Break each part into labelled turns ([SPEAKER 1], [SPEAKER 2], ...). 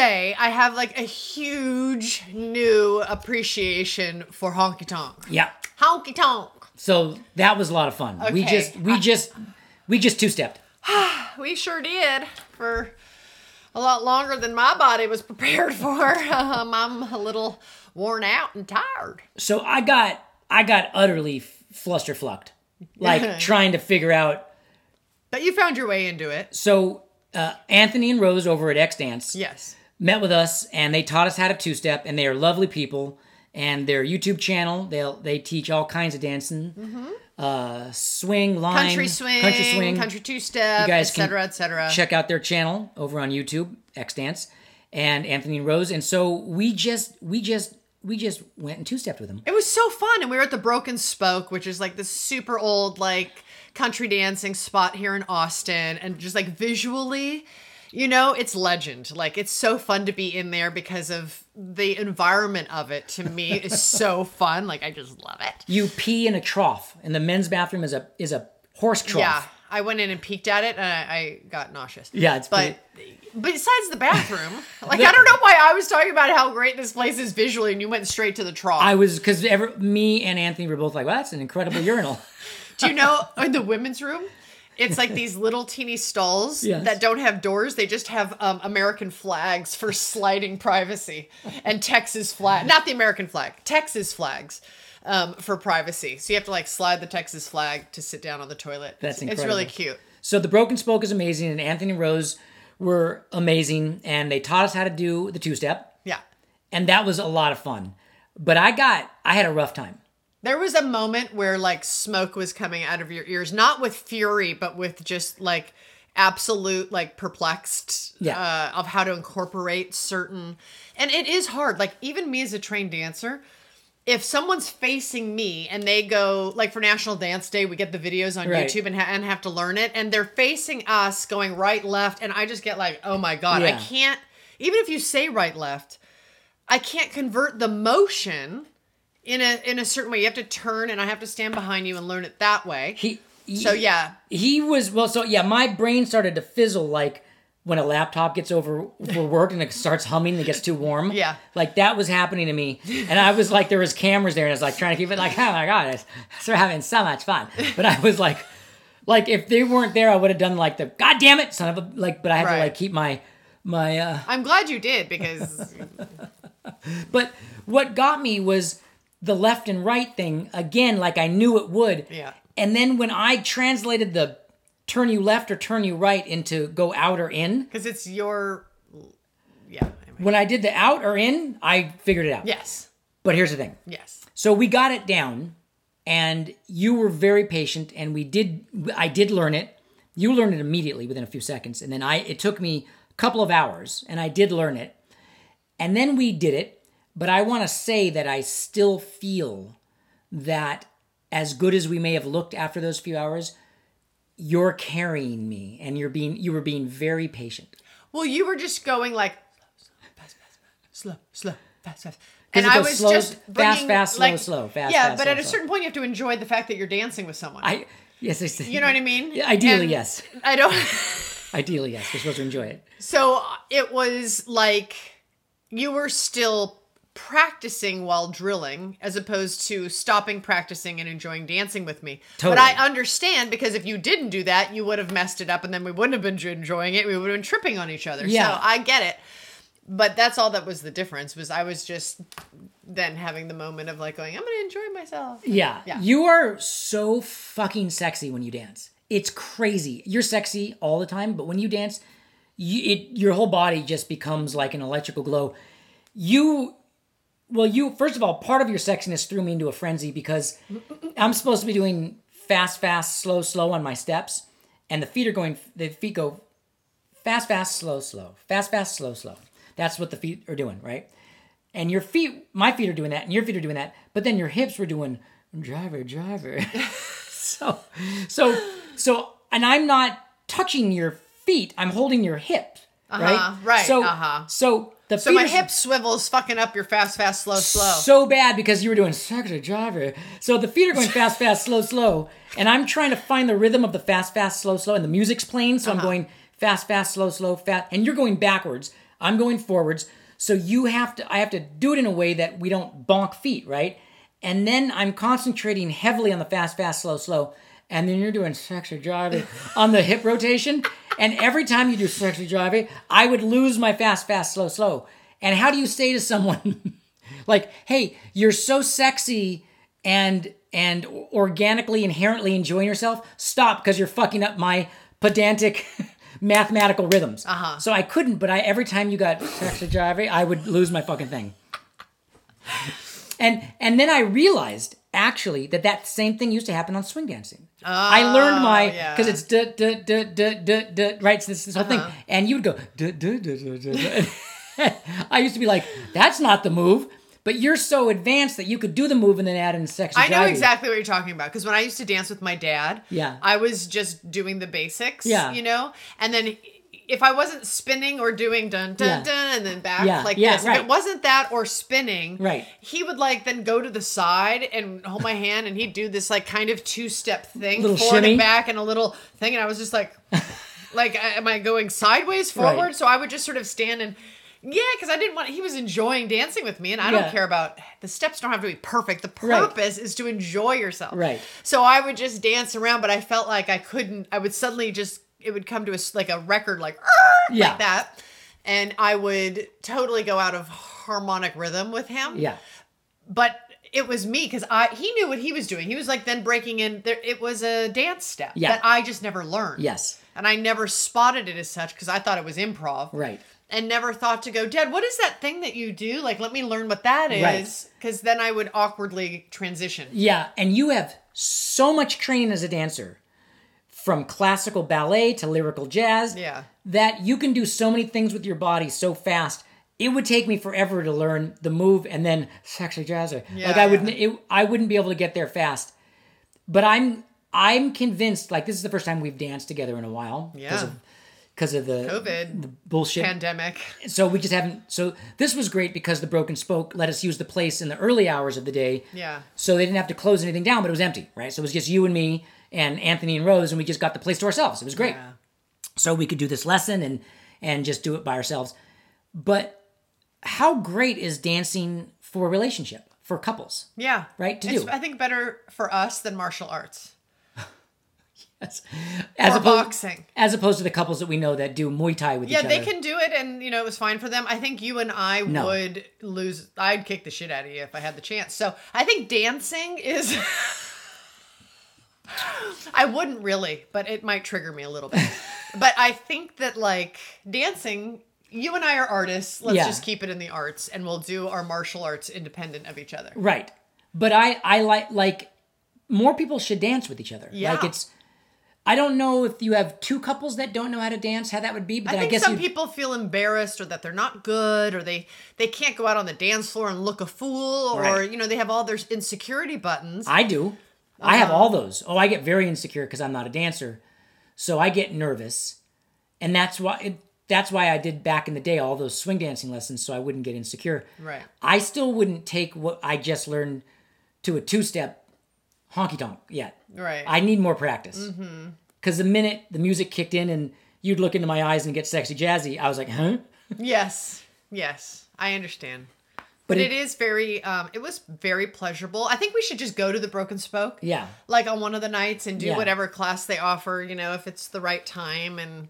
[SPEAKER 1] have like a huge new appreciation for honky tonk.
[SPEAKER 2] Yeah.
[SPEAKER 1] Honky tonk.
[SPEAKER 2] So that was a lot of fun. We
[SPEAKER 1] Okay. Uh,
[SPEAKER 2] just we just we just two stepped.
[SPEAKER 1] We sure did for a lot longer than my body was prepared for. Um, I'm a little worn out and tired.
[SPEAKER 2] So I got I got utterly fluster flucked, like trying to figure out.
[SPEAKER 1] But you found your way into it.
[SPEAKER 2] So uh, Anthony and Rose over at X Dance
[SPEAKER 1] Yes.
[SPEAKER 2] met with us and they taught us how to two step, and they are lovely people. And their YouTube channel, they will they teach all kinds of dancing, uh, swing, line,
[SPEAKER 1] Mm-hmm. Country swing,
[SPEAKER 2] country swing,
[SPEAKER 1] two step,
[SPEAKER 2] You
[SPEAKER 1] et
[SPEAKER 2] guys can
[SPEAKER 1] cetera, et cetera.
[SPEAKER 2] check out their channel over on YouTube, X Dance, and Anthony and Rose. And so we just we just we just went and two stepped with them.
[SPEAKER 1] It was so fun, and we were at the Broken Spoke, which is like this super old like country dancing spot here in Austin, and just like visually, you know, it's legend. Like it's so fun to be in there because of the environment of it. To me, is so fun. Like I just love it.
[SPEAKER 2] You pee in a trough, and the men's bathroom is a is a horse trough.
[SPEAKER 1] Yeah, I went in and peeked at it, and I, I got nauseous.
[SPEAKER 2] Yeah, it's
[SPEAKER 1] but. Besides the bathroom, like I don't know why I was talking about how great this place is visually, and you went straight to the trough.
[SPEAKER 2] I was because ever me and Anthony were both like, "Well, that's an incredible urinal."
[SPEAKER 1] Do you know in the women's room? It's like these little teeny stalls
[SPEAKER 2] Yes.
[SPEAKER 1] that don't have doors. They just have um, American flags for sliding privacy and Texas flag, not the American flag, Texas flags um, for privacy. So you have to like slide the Texas flag to sit down on the toilet.
[SPEAKER 2] That's
[SPEAKER 1] It's- It's really
[SPEAKER 2] incredible.
[SPEAKER 1] cute.
[SPEAKER 2] so the broken spoke is amazing, and Anthony and Rose were amazing, and they taught us how to do the two step,
[SPEAKER 1] Yeah.
[SPEAKER 2] and that was a lot of fun. But I got I had a rough time.
[SPEAKER 1] There was a moment where like smoke was coming out of your ears, not with fury, but with just like absolute like perplexed
[SPEAKER 2] Yeah.
[SPEAKER 1] uh, of how to incorporate certain. And it is hard. Like even me as a trained dancer, if someone's facing me and they go like for National Dance Day, we get the videos on
[SPEAKER 2] Right.
[SPEAKER 1] YouTube and, ha- and have to learn it, and they're facing us going right left, and I just get like, oh my god, I
[SPEAKER 2] Yeah.
[SPEAKER 1] can't. Even if you say right left, I can't convert the motion in a in a certain way. You have to turn, and I have to stand behind you and learn it that way.
[SPEAKER 2] He, he-
[SPEAKER 1] so yeah,
[SPEAKER 2] he was well. So yeah, my brain started to fizzle like when a laptop gets over overworked and it starts humming and it gets too warm.
[SPEAKER 1] Yeah.
[SPEAKER 2] like that was happening to me, and I was like, there was cameras there, and I was like trying to keep it like, oh my god, it's, we're having so much fun. But I was like, like if they weren't there, I would have done like the god damn it, son of a like. But I had to
[SPEAKER 1] Right.
[SPEAKER 2] like keep my my. uh
[SPEAKER 1] I'm glad you did because
[SPEAKER 2] But what got me was the left and right thing again, like I knew it would.
[SPEAKER 1] Yeah.
[SPEAKER 2] And then when I translated the turn you left or turn you right into go out or in,
[SPEAKER 1] because it's your yeah. Anyway.
[SPEAKER 2] when I did the out or in, I figured it out.
[SPEAKER 1] Yes,
[SPEAKER 2] But here's the thing.
[SPEAKER 1] yes,
[SPEAKER 2] So we got it down and you were very patient and we did I did learn it. You learned it immediately within a few seconds and then I it took me a couple of hours and I did learn it. And then we did it, but I want to say that I still feel that as good as we may have looked after those few hours, you're carrying me and you're being you were being very patient.
[SPEAKER 1] Well, you were just going like slow, slow, fast, fast, slow, slow, fast, fast.
[SPEAKER 2] it goes slow, fast, fast, slow,
[SPEAKER 1] like-
[SPEAKER 2] slow, fast,
[SPEAKER 1] Yeah,
[SPEAKER 2] fast,
[SPEAKER 1] but
[SPEAKER 2] slow,
[SPEAKER 1] at a
[SPEAKER 2] slow.
[SPEAKER 1] certain point, you have to enjoy the fact that you're dancing with someone.
[SPEAKER 2] I yes, I see.
[SPEAKER 1] you know what I mean?
[SPEAKER 2] Ideally,
[SPEAKER 1] And
[SPEAKER 2] yes.
[SPEAKER 1] I don't.
[SPEAKER 2] Ideally, yes. We're supposed to enjoy it.
[SPEAKER 1] So uh, it was like you were still practicing while drilling as opposed to stopping practicing and enjoying dancing with me. But
[SPEAKER 2] Totally.
[SPEAKER 1] I understand because if you didn't do that, you would have messed it up and then we wouldn't have been enjoying it. We would have been tripping on each other.
[SPEAKER 2] Yeah.
[SPEAKER 1] So I get it. But that's all that was the difference was I was just then having the moment of like going, I'm going to enjoy myself.
[SPEAKER 2] Yeah.
[SPEAKER 1] Yeah.
[SPEAKER 2] You are so fucking sexy when you dance. It's crazy. You're sexy all the time, but when you dance, you, it your whole body just becomes like an electrical glow. You well, you first of all, part of your sexiness threw me into a frenzy because I'm supposed to be doing fast, fast, slow, slow on my steps, and the feet are going the feet go fast, fast, slow, slow. Fast, fast, slow, slow. That's what the feet are doing, right? and your feet, my feet are doing that, and your feet are doing that, but then your hips were doing driver, driver. so, so, so, and I'm not touching your feet. I'm holding your hip, right?
[SPEAKER 1] right,
[SPEAKER 2] So,
[SPEAKER 1] uh-huh.
[SPEAKER 2] so the
[SPEAKER 1] So
[SPEAKER 2] feet
[SPEAKER 1] my
[SPEAKER 2] are
[SPEAKER 1] hip swivels fucking up your fast, fast, slow, slow.
[SPEAKER 2] so bad because you were doing sexy driver. So the feet are going fast, fast, slow, slow, and I'm trying to find the rhythm of the fast, fast, slow, slow, and the music's playing. So I'm going fast, fast, slow, slow, fast, and you're going backwards. I'm going forwards. So you have to I have to do it in a way that we don't bonk feet, right? And then I'm concentrating heavily on the fast, fast, slow, slow. And then you're doing sexy driving on the hip rotation. And every time you do sexy driving, I would lose my fast, fast, slow, slow. And how do you say to someone, like, hey, you're so sexy and and organically inherently enjoying yourself stop because you're fucking up my pedantic mathematical rhythms uh-huh. so i couldn't but i every time you got sexual driving i would lose my fucking thing and and then i realized actually that that same thing used to happen on swing dancing i learned my because it's duh, duh, duh, duh, duh, duh, right it's this, this whole thing and you would go duh, duh, duh, duh, duh, duh. i used to be like that's not the move but you're so advanced that you could do the move and then add in sex.
[SPEAKER 1] I know exactly what you're talking about because when I used to dance with my dad,
[SPEAKER 2] Yeah.
[SPEAKER 1] I was just doing the basics,
[SPEAKER 2] Yeah.
[SPEAKER 1] you know, and then if I wasn't spinning or doing dun dun
[SPEAKER 2] Yeah.
[SPEAKER 1] dun and then back
[SPEAKER 2] Yeah,
[SPEAKER 1] like
[SPEAKER 2] yeah,
[SPEAKER 1] this, if
[SPEAKER 2] right.
[SPEAKER 1] it wasn't that or spinning,
[SPEAKER 2] Right.
[SPEAKER 1] he would like then go to the side and hold my hand and he'd do this like kind of two step thing,
[SPEAKER 2] Little
[SPEAKER 1] forward
[SPEAKER 2] shimmy.
[SPEAKER 1] and back, and a little thing, and I was just like. like I- am i going sideways forward
[SPEAKER 2] Right.
[SPEAKER 1] so i would just sort of stand and yeah because i didn't want he was enjoying dancing with me and i
[SPEAKER 2] Yeah.
[SPEAKER 1] don't care about the steps don't have to be perfect the
[SPEAKER 2] Right.
[SPEAKER 1] purpose is to enjoy yourself
[SPEAKER 2] Right.
[SPEAKER 1] so i would just dance around but i felt like i couldn't i would suddenly just it would come to a s- like a record like "Arr!"
[SPEAKER 2] Yeah.
[SPEAKER 1] like that and i would totally go out of harmonic rhythm with him
[SPEAKER 2] Yeah.
[SPEAKER 1] but it was me because I he knew what he was doing. He was like then breaking in. There, it was a dance step
[SPEAKER 2] Yeah.
[SPEAKER 1] that I just never learned.
[SPEAKER 2] Yes.
[SPEAKER 1] and I never spotted it as such because I thought it was improv.
[SPEAKER 2] Right.
[SPEAKER 1] and never thought to go, Dad, what is that thing that you do? Like, let me learn what that
[SPEAKER 2] Right.
[SPEAKER 1] is because then I would awkwardly transition.
[SPEAKER 2] Yeah, and you have so much training as a dancer from classical ballet to lyrical jazz
[SPEAKER 1] Yeah.
[SPEAKER 2] that you can do so many things with your body so fast. It would take me forever to learn the move and then sexually jazzer.
[SPEAKER 1] Yeah,
[SPEAKER 2] like I wouldn't
[SPEAKER 1] yeah.
[SPEAKER 2] it, I wouldn't be able to get there fast. But I'm I'm convinced like this is the first time we've danced together in a while
[SPEAKER 1] Yeah.
[SPEAKER 2] of because of the
[SPEAKER 1] COVID.
[SPEAKER 2] the bullshit
[SPEAKER 1] Pandemic.
[SPEAKER 2] so we just haven't so this was great because the broken spoke let us use the place in the early hours of the day
[SPEAKER 1] Yeah.
[SPEAKER 2] so they didn't have to close anything down but it was empty right so it was just you and me and anthony and rose and we just got the place to ourselves it was great
[SPEAKER 1] Yeah.
[SPEAKER 2] so we could do this lesson and and just do it by ourselves but how great is dancing for a relationship for couples
[SPEAKER 1] Yeah.
[SPEAKER 2] Right, to
[SPEAKER 1] it's,
[SPEAKER 2] do.
[SPEAKER 1] I think better for us than martial arts
[SPEAKER 2] as, as
[SPEAKER 1] or
[SPEAKER 2] opposed
[SPEAKER 1] boxing.
[SPEAKER 2] as opposed to the couples that we know that do muay thai with
[SPEAKER 1] Yeah,
[SPEAKER 2] each
[SPEAKER 1] they
[SPEAKER 2] other
[SPEAKER 1] can do it, and you know it was fine for them. I think you and I would lose. I'd kick the shit out of you if I had the chance. So I think dancing is. I wouldn't really, but it might trigger me a little bit. but I think that like dancing, you and I are artists. Let's
[SPEAKER 2] Yeah.
[SPEAKER 1] just keep it in the arts, and we'll do our martial arts independent of each other.
[SPEAKER 2] Right. But I I like like more people should dance with each other.
[SPEAKER 1] Yeah.
[SPEAKER 2] Like it's I don't know if you have two couples that don't know how to dance, how that would be, but
[SPEAKER 1] I
[SPEAKER 2] then I,
[SPEAKER 1] think
[SPEAKER 2] guess
[SPEAKER 1] some
[SPEAKER 2] you
[SPEAKER 1] people feel embarrassed or that they're not good or they they can't go out on the dance floor and look a fool or
[SPEAKER 2] Right.
[SPEAKER 1] you know they have all their insecurity buttons.
[SPEAKER 2] I do.
[SPEAKER 1] Uh-huh.
[SPEAKER 2] I have all those. Oh, I get very insecure because I'm not a dancer. So I get nervous. And that's why it, that's why I did back in the day all those swing dancing lessons so I wouldn't get insecure.
[SPEAKER 1] Right.
[SPEAKER 2] I still wouldn't take what I just learned to a two-step honky tonk yet.
[SPEAKER 1] Right.
[SPEAKER 2] I need more practice. Because the minute the music kicked in and you'd look into my eyes and get sexy jazzy, I was like, huh?
[SPEAKER 1] Yes. Yes. I understand. But, it
[SPEAKER 2] it-
[SPEAKER 1] is very um it was very pleasurable. I think we should just go to the Broken Spoke.
[SPEAKER 2] Yeah.
[SPEAKER 1] Like on one of the nights and do
[SPEAKER 2] Yeah.
[SPEAKER 1] whatever class they offer, you know, if it's the right time and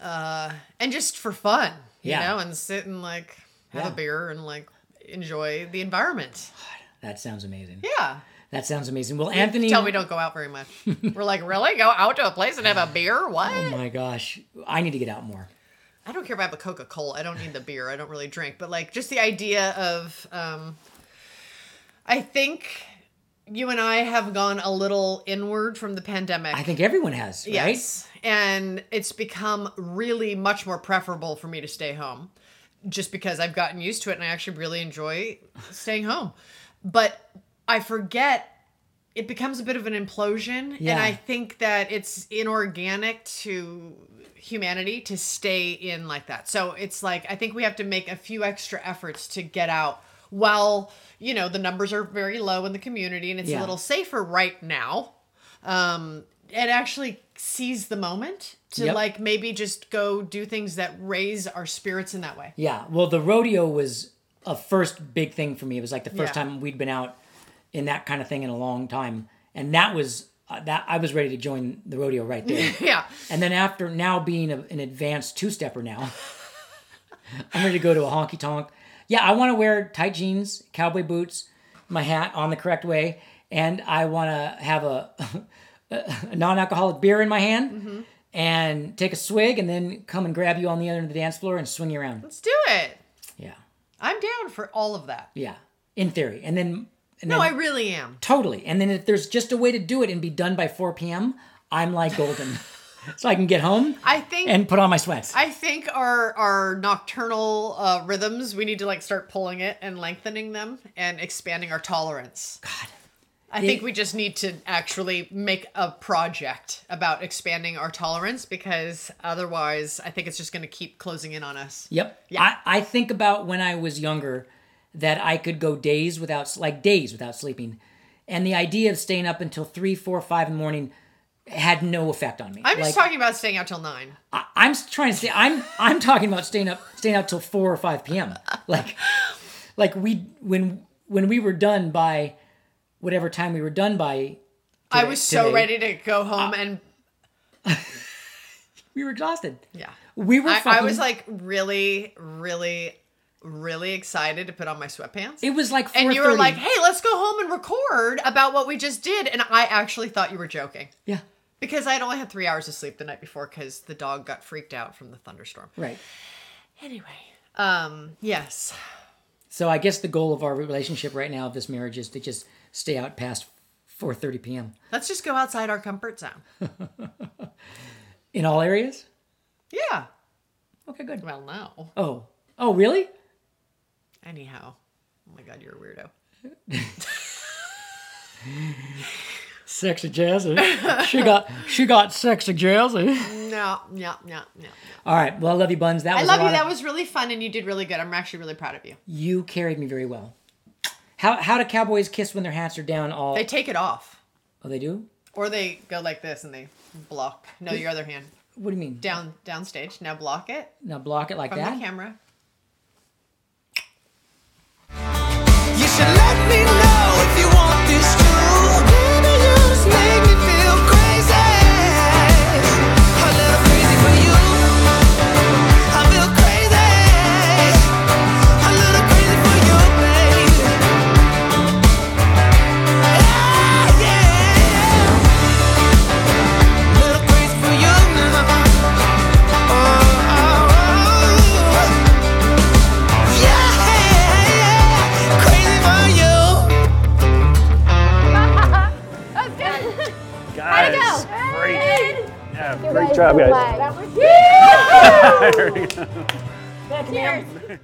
[SPEAKER 1] uh and just for fun. You
[SPEAKER 2] Yeah.
[SPEAKER 1] know, and sit and like have
[SPEAKER 2] Yeah.
[SPEAKER 1] a beer and like enjoy the environment.
[SPEAKER 2] That sounds amazing.
[SPEAKER 1] Yeah.
[SPEAKER 2] That sounds amazing. Well, Anthony.
[SPEAKER 1] Tell we don't go out very much. We're like, really? Go out to a place and have a beer? What?
[SPEAKER 2] Oh my gosh. I need to get out more.
[SPEAKER 1] I don't care if I have a Coca Cola. I don't need the beer. I don't really drink. But like just the idea of, um, I think you and I have gone a little inward from the pandemic.
[SPEAKER 2] I think everyone has, right?
[SPEAKER 1] yes, and it's become really much more preferable for me to stay home, just because I've gotten used to it and I actually really enjoy staying home. But I forget. It becomes a bit of an implosion,
[SPEAKER 2] Yeah.
[SPEAKER 1] and I think that it's inorganic to humanity to stay in like that. So it's like I think we have to make a few extra efforts to get out while, you know, the numbers are very low in the community and it's
[SPEAKER 2] Yeah.
[SPEAKER 1] a little safer right now. Um and actually seize the moment to
[SPEAKER 2] Yep.
[SPEAKER 1] like maybe just go do things that raise our spirits in that way.
[SPEAKER 2] Yeah. Well, the rodeo was a first big thing for me. It was like the first
[SPEAKER 1] Yeah.
[SPEAKER 2] time we'd been out in that kind of thing in a long time, and that was uh, that I was ready to join the rodeo right there.
[SPEAKER 1] Yeah.
[SPEAKER 2] and then after now being a, an advanced two stepper now, I'm ready to go to a honky tonk. Yeah, I want to wear tight jeans, cowboy boots, my hat on the correct way, and I want to have a, a non-alcoholic beer in my hand. And take a swig, and then come and grab you on the other end of the dance floor and swing you around.
[SPEAKER 1] Let's do it.
[SPEAKER 2] Yeah.
[SPEAKER 1] I'm down for all of that.
[SPEAKER 2] Yeah. In theory. And then and
[SPEAKER 1] No,
[SPEAKER 2] then,
[SPEAKER 1] I really am.
[SPEAKER 2] totally. And then if there's just a way to do it and be done by 4 p.m., I'm like golden. so I can get home
[SPEAKER 1] I think
[SPEAKER 2] and put on my sweats.
[SPEAKER 1] I think our our nocturnal uh, rhythms we need to like start pulling it and lengthening them and expanding our tolerance. God, I think we just need to actually make a project about expanding our tolerance because otherwise, I think it's just going to keep closing in on us.
[SPEAKER 2] yep. I, I think about when I was younger that I could go days without s- like days without sleeping. And the idea of staying up until three, four, five in the morning had no effect on me.
[SPEAKER 1] I'm
[SPEAKER 2] like,
[SPEAKER 1] just talking about staying out till nine.
[SPEAKER 2] I, I'm s- trying to stay. I'm I'm talking about staying up, staying out till four or five p.m. Like, like we when when we were done by whatever time we were done by,
[SPEAKER 1] I was so
[SPEAKER 2] today-
[SPEAKER 1] ready to
[SPEAKER 2] Uh,
[SPEAKER 1] go home and
[SPEAKER 2] we were exhausted.
[SPEAKER 1] yeah.
[SPEAKER 2] We were.
[SPEAKER 1] I,
[SPEAKER 2] fucking,
[SPEAKER 1] I was like really, really, really excited to put on my sweatpants.
[SPEAKER 2] it was like, 4:30.
[SPEAKER 1] and you were like, "Hey, let's go home and record about what we just did." And I actually thought you were joking
[SPEAKER 2] yeah,
[SPEAKER 1] because I had only had three hours of sleep the night before because the dog got freaked out from the thunderstorm.
[SPEAKER 2] right.
[SPEAKER 1] Anyway, um, yes,
[SPEAKER 2] So I guess the goal of our relationship right now, of this marriage, is to just stay out past four thirty p.m.
[SPEAKER 1] let's just go outside our comfort zone.
[SPEAKER 2] in all areas.
[SPEAKER 1] Yeah.
[SPEAKER 2] Okay, good.
[SPEAKER 1] Well, no.
[SPEAKER 2] Oh, oh, really?
[SPEAKER 1] Anyhow, oh my god, you're a weirdo.
[SPEAKER 2] Sexy jazzy. she got she got sexy jazzy.
[SPEAKER 1] No, no, no, no.
[SPEAKER 2] All right. Well, I love you, buns. That
[SPEAKER 1] I
[SPEAKER 2] was
[SPEAKER 1] love
[SPEAKER 2] a
[SPEAKER 1] you.
[SPEAKER 2] lot of-
[SPEAKER 1] That was really fun, and you did really good. I'm actually really proud of you.
[SPEAKER 2] You carried me very well. How how do cowboys kiss when their hats are down? All
[SPEAKER 1] They take it off,
[SPEAKER 2] oh they do.
[SPEAKER 1] or they go like this and they block. No, your other hand
[SPEAKER 2] What do you mean?
[SPEAKER 1] down, downstage. Now block it
[SPEAKER 2] Now block it like
[SPEAKER 1] from the
[SPEAKER 2] that.
[SPEAKER 1] camera.
[SPEAKER 3] You should let me know if you want this too. Baby, you just make me feel crazy. A little crazy for you. I feel crazy. A little crazy for you, baby. Ah, yeah. Little crazy for you now. oh, oh. Yeah, crazy for you.
[SPEAKER 4] Guys, great.
[SPEAKER 5] Good.
[SPEAKER 4] Yeah, great job, guys.
[SPEAKER 5] Cheers.